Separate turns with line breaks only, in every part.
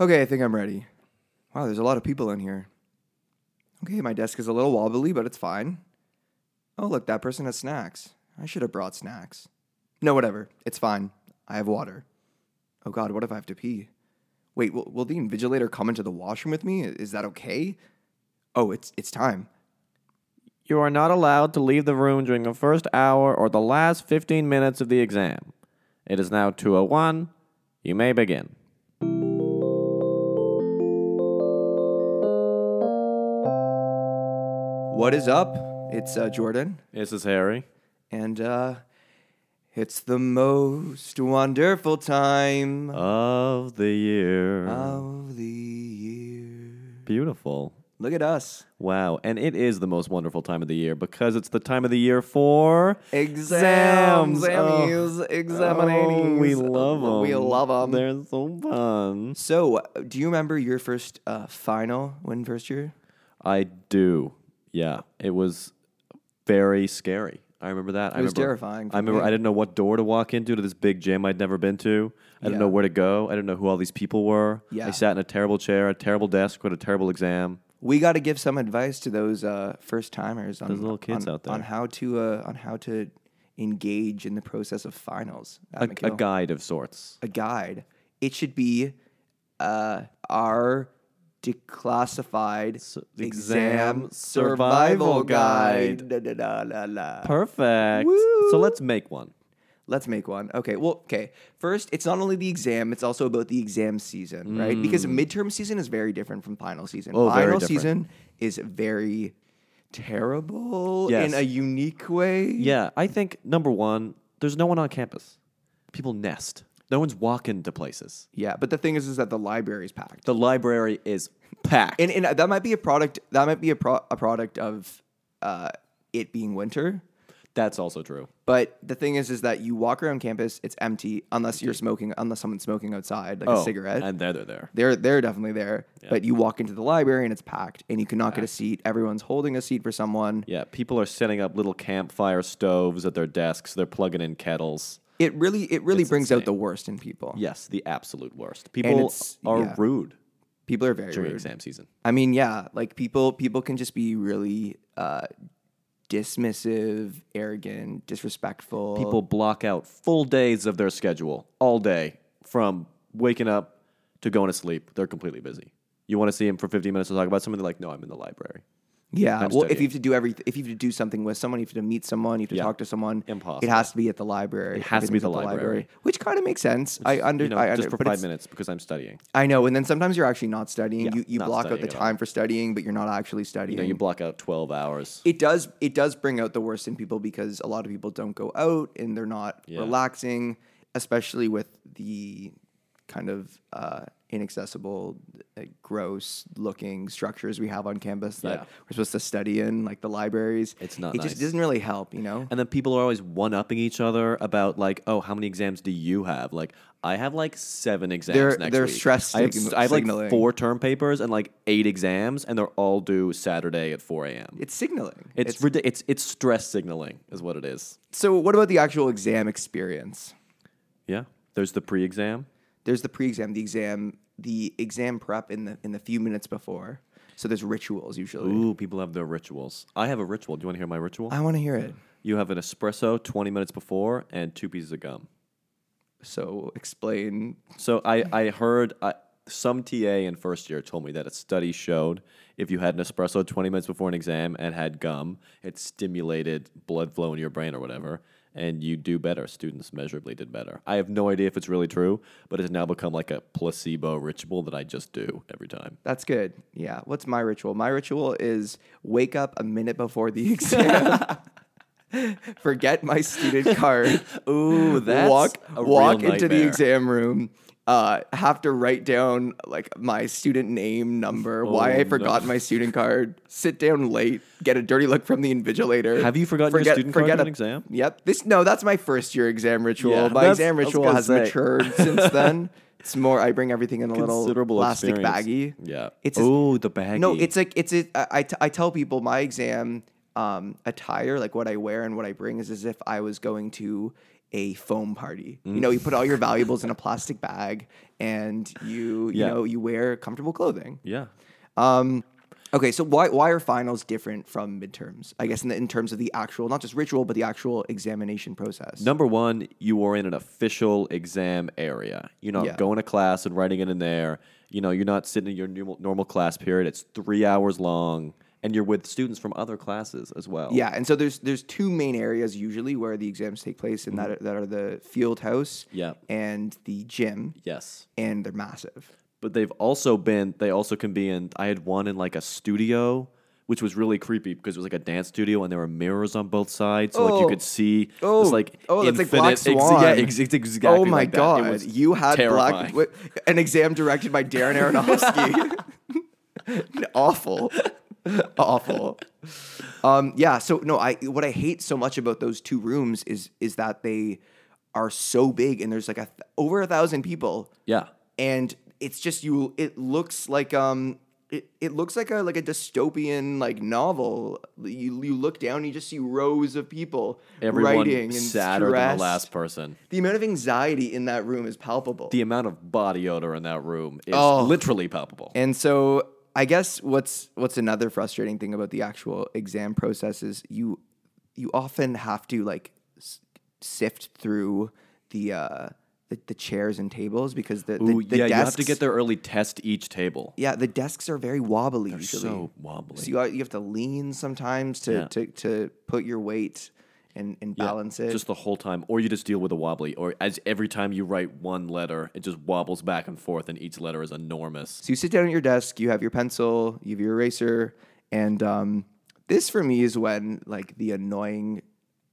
Okay, I think I'm ready. Wow, there's a lot of people in here. Okay, my desk is a little wobbly, but it's fine. Oh, look, that person has snacks. I should have brought snacks. No, whatever. It's fine. I have water. Oh, God, what if I have to pee? Wait, will, will the invigilator come into the washroom with me? Is that okay? Oh, it's, it's time.
You are not allowed to leave the room during the first hour or the last 15 minutes of the exam. It is now 2:01. You may begin.
What is up? It's uh, Jordan.
This is Harry.
And uh, it's the most wonderful time
Of the year.
of the year.
Beautiful.
Look at us.
Wow, and it is the most wonderful time of the year because it's the time of the year for
Exams,
Oh.
examies,
Oh,
examinations.
we love them.
We love them.
They're so fun.
So, uh, do you remember your first uh, final when first year?
I do. Yeah, it was very scary. I remember that. I
was
remember,
terrifying for
I remember
me.
I didn't know what door to walk into to this big gym I'd never been to. I didn't know
Yeah.
where to go. I didn't know who all these people were.
Yeah.
I sat in a terrible chair, a terrible desk, with a terrible exam.
We got to give some advice to those uh, first timers on
Those little kids
on-
out there.
on how to uh, on how to engage in the process of finals. at
A, a
McGill.
guide of sorts.
a guide. It should be uh, our declassified
exam
exam
survival
survival
guide.
guide. Da, da, da, la, la.
Perfect. So let's make one.
Let's make one. Okay. Well, okay. First, it's not only the exam, it's also about the exam season, right? Because midterm season is very different from final season.
Hmm. Oh, very
final
different.
season is very terrible
Yes.
in a unique way.
Yeah, I think number one, there's no one on campus. People nest. No one's walking to places.
Yeah. But the thing is, is that the library is packed.
The library is packed.
and, and that might be a product that might be a, pro- a product of uh, it being winter
That's also true.
but the thing is is that you walk around campus it's empty unless you're smoking unless someone's smoking outside like a cigarette
Oh, And there they're there.
they're they're definitely there but you walk into the library and it's packed and you cannot get a seat everyone's holding a seat for someone
Yeah, people are setting up little campfire stoves at their desks. They're plugging in kettles.
it really it really brings out
insane.
the worst in people
Yes, the absolute worst. People
it's-
are
yeah.
rude
people are very
during
rude
exam season.
I mean, yeah, like people people can just be really uh, dismissive, arrogant, disrespectful.
People block out full days of their schedule, all day, from waking up to going to sleep. They're completely busy. You want to see them for 15 minutes to talk about something? They're like, no, I'm in the library.
yeah. Well, if
studying.
you have to do every, if you have to do something with someone, you have to meet someone, you have to
Yeah.
talk to someone. It
Impossible.
has to be at the library. It
has to be the library.
which kind of makes sense. I under,
You know,
I under,
just for
but
five
it's-
minutes because I'm studying.
I know. And then sometimes you're actually not studying. you you
not
block out the
studying at all.
time for studying, but you're not actually studying.
You know, you block out 12 hours.
it does it does bring out the worst in people because a lot of people don't go out and they're not relaxing, especially with the kind of uh, inaccessible, uh, gross looking structures we have on campus that
Yeah.
we're supposed to study in, like the libraries.
It's not
It
nice.
just doesn't really help, you know.
And then people are always one upping each other about like, oh, how many exams do you have? Like, I have like seven exams
They're-
next
they're
week.
stress
I have,
sign-
I have like
signaling.
four term papers and like eight exams, and they're all due Saturday at four a.m.
It's signaling.
It's it's, it's it's stress signaling is what it is.
so. What about the actual exam experience?
Yeah. There's the pre-exam.
There's the pre-exam, the exam, the exam prep in the in the few minutes before. So there's rituals usually.
Ooh, people have their rituals. I have a ritual. Do you want to hear my ritual?
I want to hear it.
you have an espresso 20 minutes before and two pieces of gum.
So explain
So I, I heard I, some TA in first year told me that a study showed if you had an espresso 20 minutes before an exam and had gum, it stimulated blood flow in your brain or whatever, and you do better. Students measurably did better. I have no idea if it's really true, but it's now become like a placebo ritual that I just do every time.
That's good. Yeah. What's my ritual? My ritual is wake up a minute before the exam. Forget my student card.
Ooh, that's
walk
a
walk
real
into the
nightmare.
exam room. Uh, have to write down like my student name, number, why I
Oh, no.
forgot my student card. Sit down late, get a dirty look from the invigilator.
Have you forgotten your student card at an exam?
Yep. This no, that's my first year exam ritual.
Yeah,
my
that's-
exam
I was
ritual
gonna
has
say.
matured since then. It's more. I bring everything in a little
Considerable
plastic
experience.
baggie.
Yeah.
It's just-
Ooh, the baggie.
no, it's like it's a, I, I, t- I tell people my exam um, attire, like what I wear and what I bring, is as if I was going to a foam party.
Mm.
You know, you put all your valuables in a plastic bag and you, you
Yeah.
know, you wear comfortable clothing.
Yeah.
Um, okay, so why why are finals different from midterms? I guess in, the, in terms of the actual, not just ritual, but the actual examination process.
Number one, you are in an official exam area. You're not
Yeah.
going to class and writing it in there. You know, you're not sitting in your normal, normal class period. It's three hours long, and you're with students from other classes as well.
Yeah, and so there's there's two main areas usually where the exams take place, and that that are the field house,
Mm. Yeah.
and the gym,
Yes.
and they're massive.
But they've also been. They also can be in. I had one in like a studio. Which was really creepy because it was like a dance studio and there were mirrors on both sides, so like
Oh.
you could see
Oh.
this like
Oh, that's like
infinite.
Black
ex- yeah,
Swan.
ex- ex- exactly.
oh my
like that. It
god,
was
you had
terrifying.
black wi- an exam directed by Darren Aronofsky. Awful. Awful. Um, yeah, so no, I what I hate so much about those two rooms is is that they are so big and there's like a th- over a thousand people
Yeah,
and it's just you it looks like um it, it looks like a like a dystopian like novel. You you look down, and you just see rows of people
everyone
writing and
sadder than
stressed.
the last person.
The amount of anxiety in that room is palpable.
the amount of body odor in that room is
Oh.
literally palpable.
and so I guess what's what's another frustrating thing about the actual exam process is you you often have to like s- sift through the uh the, the chairs and tables because the, the,
Ooh,
the
yeah,
desks
you have to get there early, test each table.
yeah the desks are very wobbly usually
So wobbly.
so you, are- you have to lean sometimes to,
Yeah.
to to put your weight and and
Yeah,
balance it
Just the whole time. Or you just deal with a wobbly. Or as every time you write one letter, it just wobbles back and forth, and each letter is enormous.
So you sit down at your desk, you have your pencil, you have your eraser, and um, this for me is when like the annoying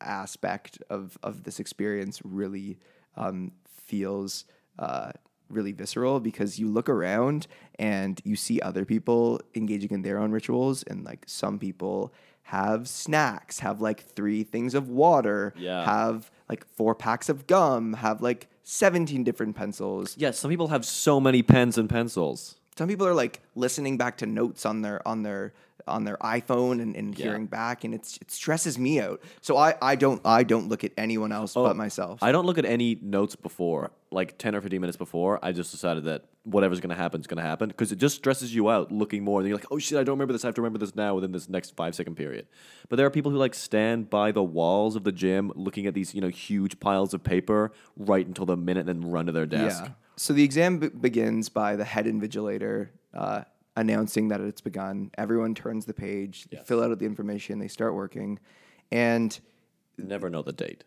aspect of of this experience really um, feels uh, really visceral because you look around and you see other people engaging in their own rituals, and like some people have snacks, have like three things of water,
Yeah.
have like four packs of gum, have like seventeen different pencils
Yeah, some people have so many pens and pencils.
some people are like listening back to notes on their on their on their iphone and, and hearing back and it's it stresses me out so i i don't i don't look at anyone else but myself
Oh, I don't look at any notes before, like 10 or 15 minutes before. I just decided that whatever's going to happen is going to happen because it just stresses you out looking more. And you're like, oh shit, I don't remember this. I have to remember this now within this next five second period. But there are people who like stand by the walls of the gym looking at these, you know, huge piles of paper right until the minute and then run to their desk.
yeah so the exam b- begins by the head invigilator uh, announcing that it's begun everyone turns the page they fill out the information they start working and
Never know the date.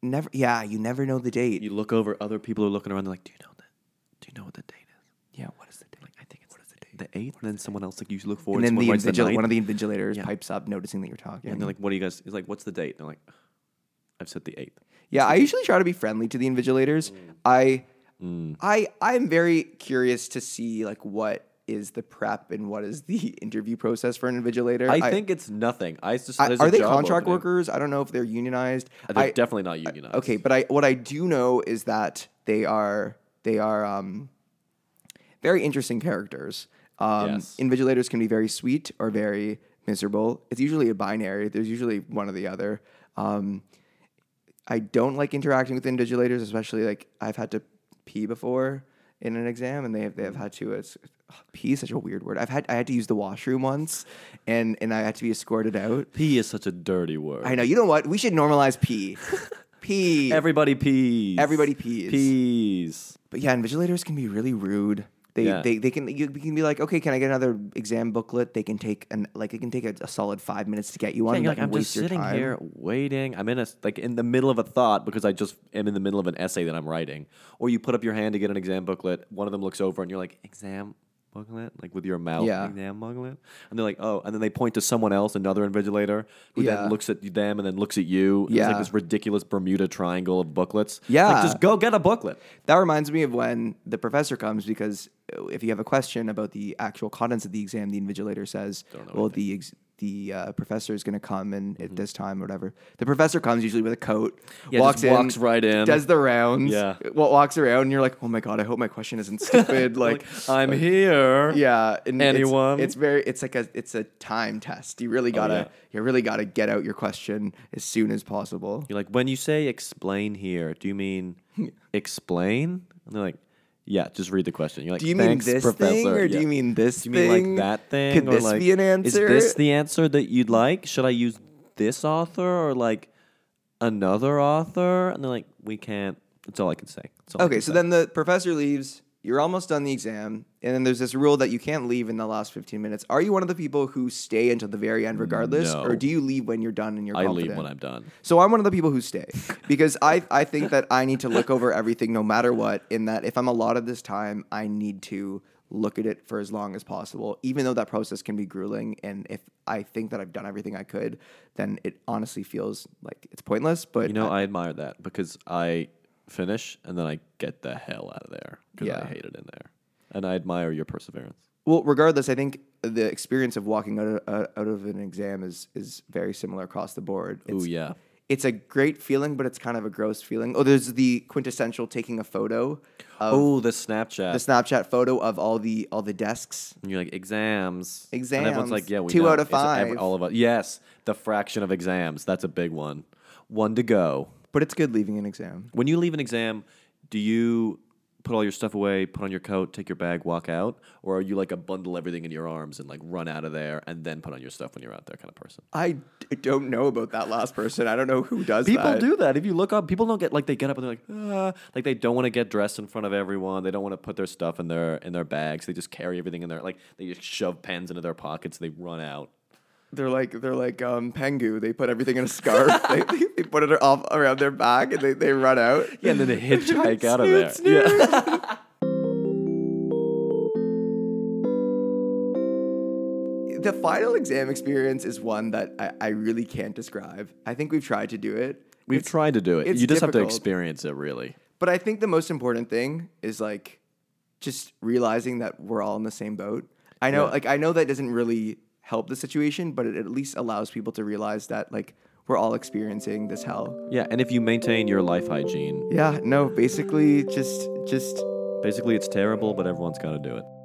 never yeah you never know the date
You look over, other people are looking around. They're like, do you know that? Do you know what the date is?
yeah what is the date
I think it's the, date? The 8th. And then someone else, like, you look forward
and then
someone
the
writes
invigil-
ninth.
one of the invigilators pipes up noticing that you're talking
And they're like, what do you guys? He's like, what's the date? And they're like, I've said the 8th.
Yeah, I usually try to be friendly to the invigilators.
Mm.
I I I'm very curious to see like what is the prep and what is the interview process for an invigilator.
I, think it's nothing. I just
I-
there's
are
a
they
job
contract
opening. Uh,
workers? I don't know if they're unionized.
They're
I,
definitely not unionized.
okay, but I what I do know is that they are they are um, very interesting characters. Um,
Yes.
Invigilators can be very sweet or very miserable. It's usually a binary. There's usually one or the other. Um, I don't like interacting with invigilators, especially like I've had to pee before in an exam, and they have they have had to. It's, pee is such a weird word. I've had I had to use the washroom once, and and I had to be escorted out.
Pee is such a dirty word.
I know. You know what? We should normalize pee. pee.
Everybody pees.
Everybody pees.
Pees.
But yeah, invigilators can be really rude. They,
Yeah.
they, they can you can be like, okay, can I get another exam booklet? They can take an like it can take a, a solid five minutes to get you one.
Yeah, you're
that
like, I'm just
wastes your
sitting
time."
here waiting. I'm in a like in the middle of a thought because I just am in the middle of an essay that I'm writing. Or you put up your hand to get an exam booklet. One of them looks over and you're like, exam booklet, like with your mouth,
Yeah.
exam booklet. And they're like, oh, and then they point to someone else, another invigilator, who
Yeah.
then looks at them and then looks at you. And It's
Yeah.
like this ridiculous Bermuda Triangle of booklets.
Yeah.
like, just go get a booklet.
That reminds me of when the professor comes uh, because if you have a question about the actual contents of the exam, the invigilator says, "Well, the ex- the uh, professor is going to come and at this time or whatever. The professor comes usually with a coat,
Mm-hmm. Yeah,
walks
just
in,
walks right in.
does the rounds,
Yeah.
wa- walks around, and you're like, oh my god, I hope my question isn't stupid. like,
I'm here.
yeah, and it's-
Anyone? Oh,
It's, very, it's like a, it's a time test. You really gotta,
yeah.
you really gotta get out your question as soon as possible.
You're like, when you say explain here, do you mean explain? And they're like, yeah, just read the question. You're like,
Do you
"Thanks,
mean this
professor.
thing, or do
Yeah.
you mean this?
Do you mean
thing?
like that thing?
Could
or
this
like,
be an answer?
Is this the answer that you'd like? Should I use this author or like another author? And they're like, we can't. That's all I can say. That's all I
Okay,
can
so
say.
then the professor leaves. You're almost done the exam, and then there's this rule that you can't leave in the last 15 minutes. Are you one of the people who stay until the very end, regardless,
No.
or do you leave when you're done and you're
I
confident?
leave when I'm done.
So I'm one of the people who stay because I, I think that I need to look over everything no matter what. In that, if I'm allotted this time, I need to look at it for as long as possible, even though that process can be grueling. And if I think that I've done everything I could, then it honestly feels like it's pointless. But
You know, I admire that because I finish and then I get the hell out of there because I
Yeah.
hate it in there. And I admire your perseverance.
Well, regardless, I think the experience of walking out of, uh, out of an exam is is very similar across the board. It's,
Ooh, yeah.
it's a great feeling, but it's kind of a gross feeling. Oh, there's the quintessential taking a photo, of
Oh, the Snapchat.
the Snapchat photo of all the all the desks.
And you're like exams. And everyone's like,
Exams.
yeah, we
Two
know.
out of
It's ev-
five.
all of us. Yes, the fraction of exams. That's a big one. One to go.
But it's good leaving an exam.
When you leave an exam, do you put all your stuff away, put on your coat, take your bag, walk out, or are you like a bundle everything in your arms and like run out of there and then put on your stuff when you're out there kind of person?
I d- don't know about that last person. I don't know who does
People
that.
do that. If you look up, people don't get like they get up and they're like, ah, like they don't want to get dressed in front of everyone. They don't want to put their stuff in their in their bags. They just carry everything in their like they just shove pens into their pockets. They run out.
They're like they're like um, Pengu. They put everything in a scarf. they, they, they put it off around their back and they, they run out.
Yeah, and then they hitchhike out of
Snoot,
there.
snoot.
Yeah.
the final exam experience is one that I, I really can't describe. I think we've tried to do it.
We've
It's-
tried to do it.
it's
You just have
difficult.
to experience it, really.
But I think the most important thing is like just realizing that we're all in the same boat. I know
Yeah.
like I know that doesn't really help the situation, but it at least allows people to realize that like we're all experiencing this hell.
Yeah, and if you maintain your life hygiene,
Yeah, no, basically just just
basically it's terrible, but everyone's got to do it.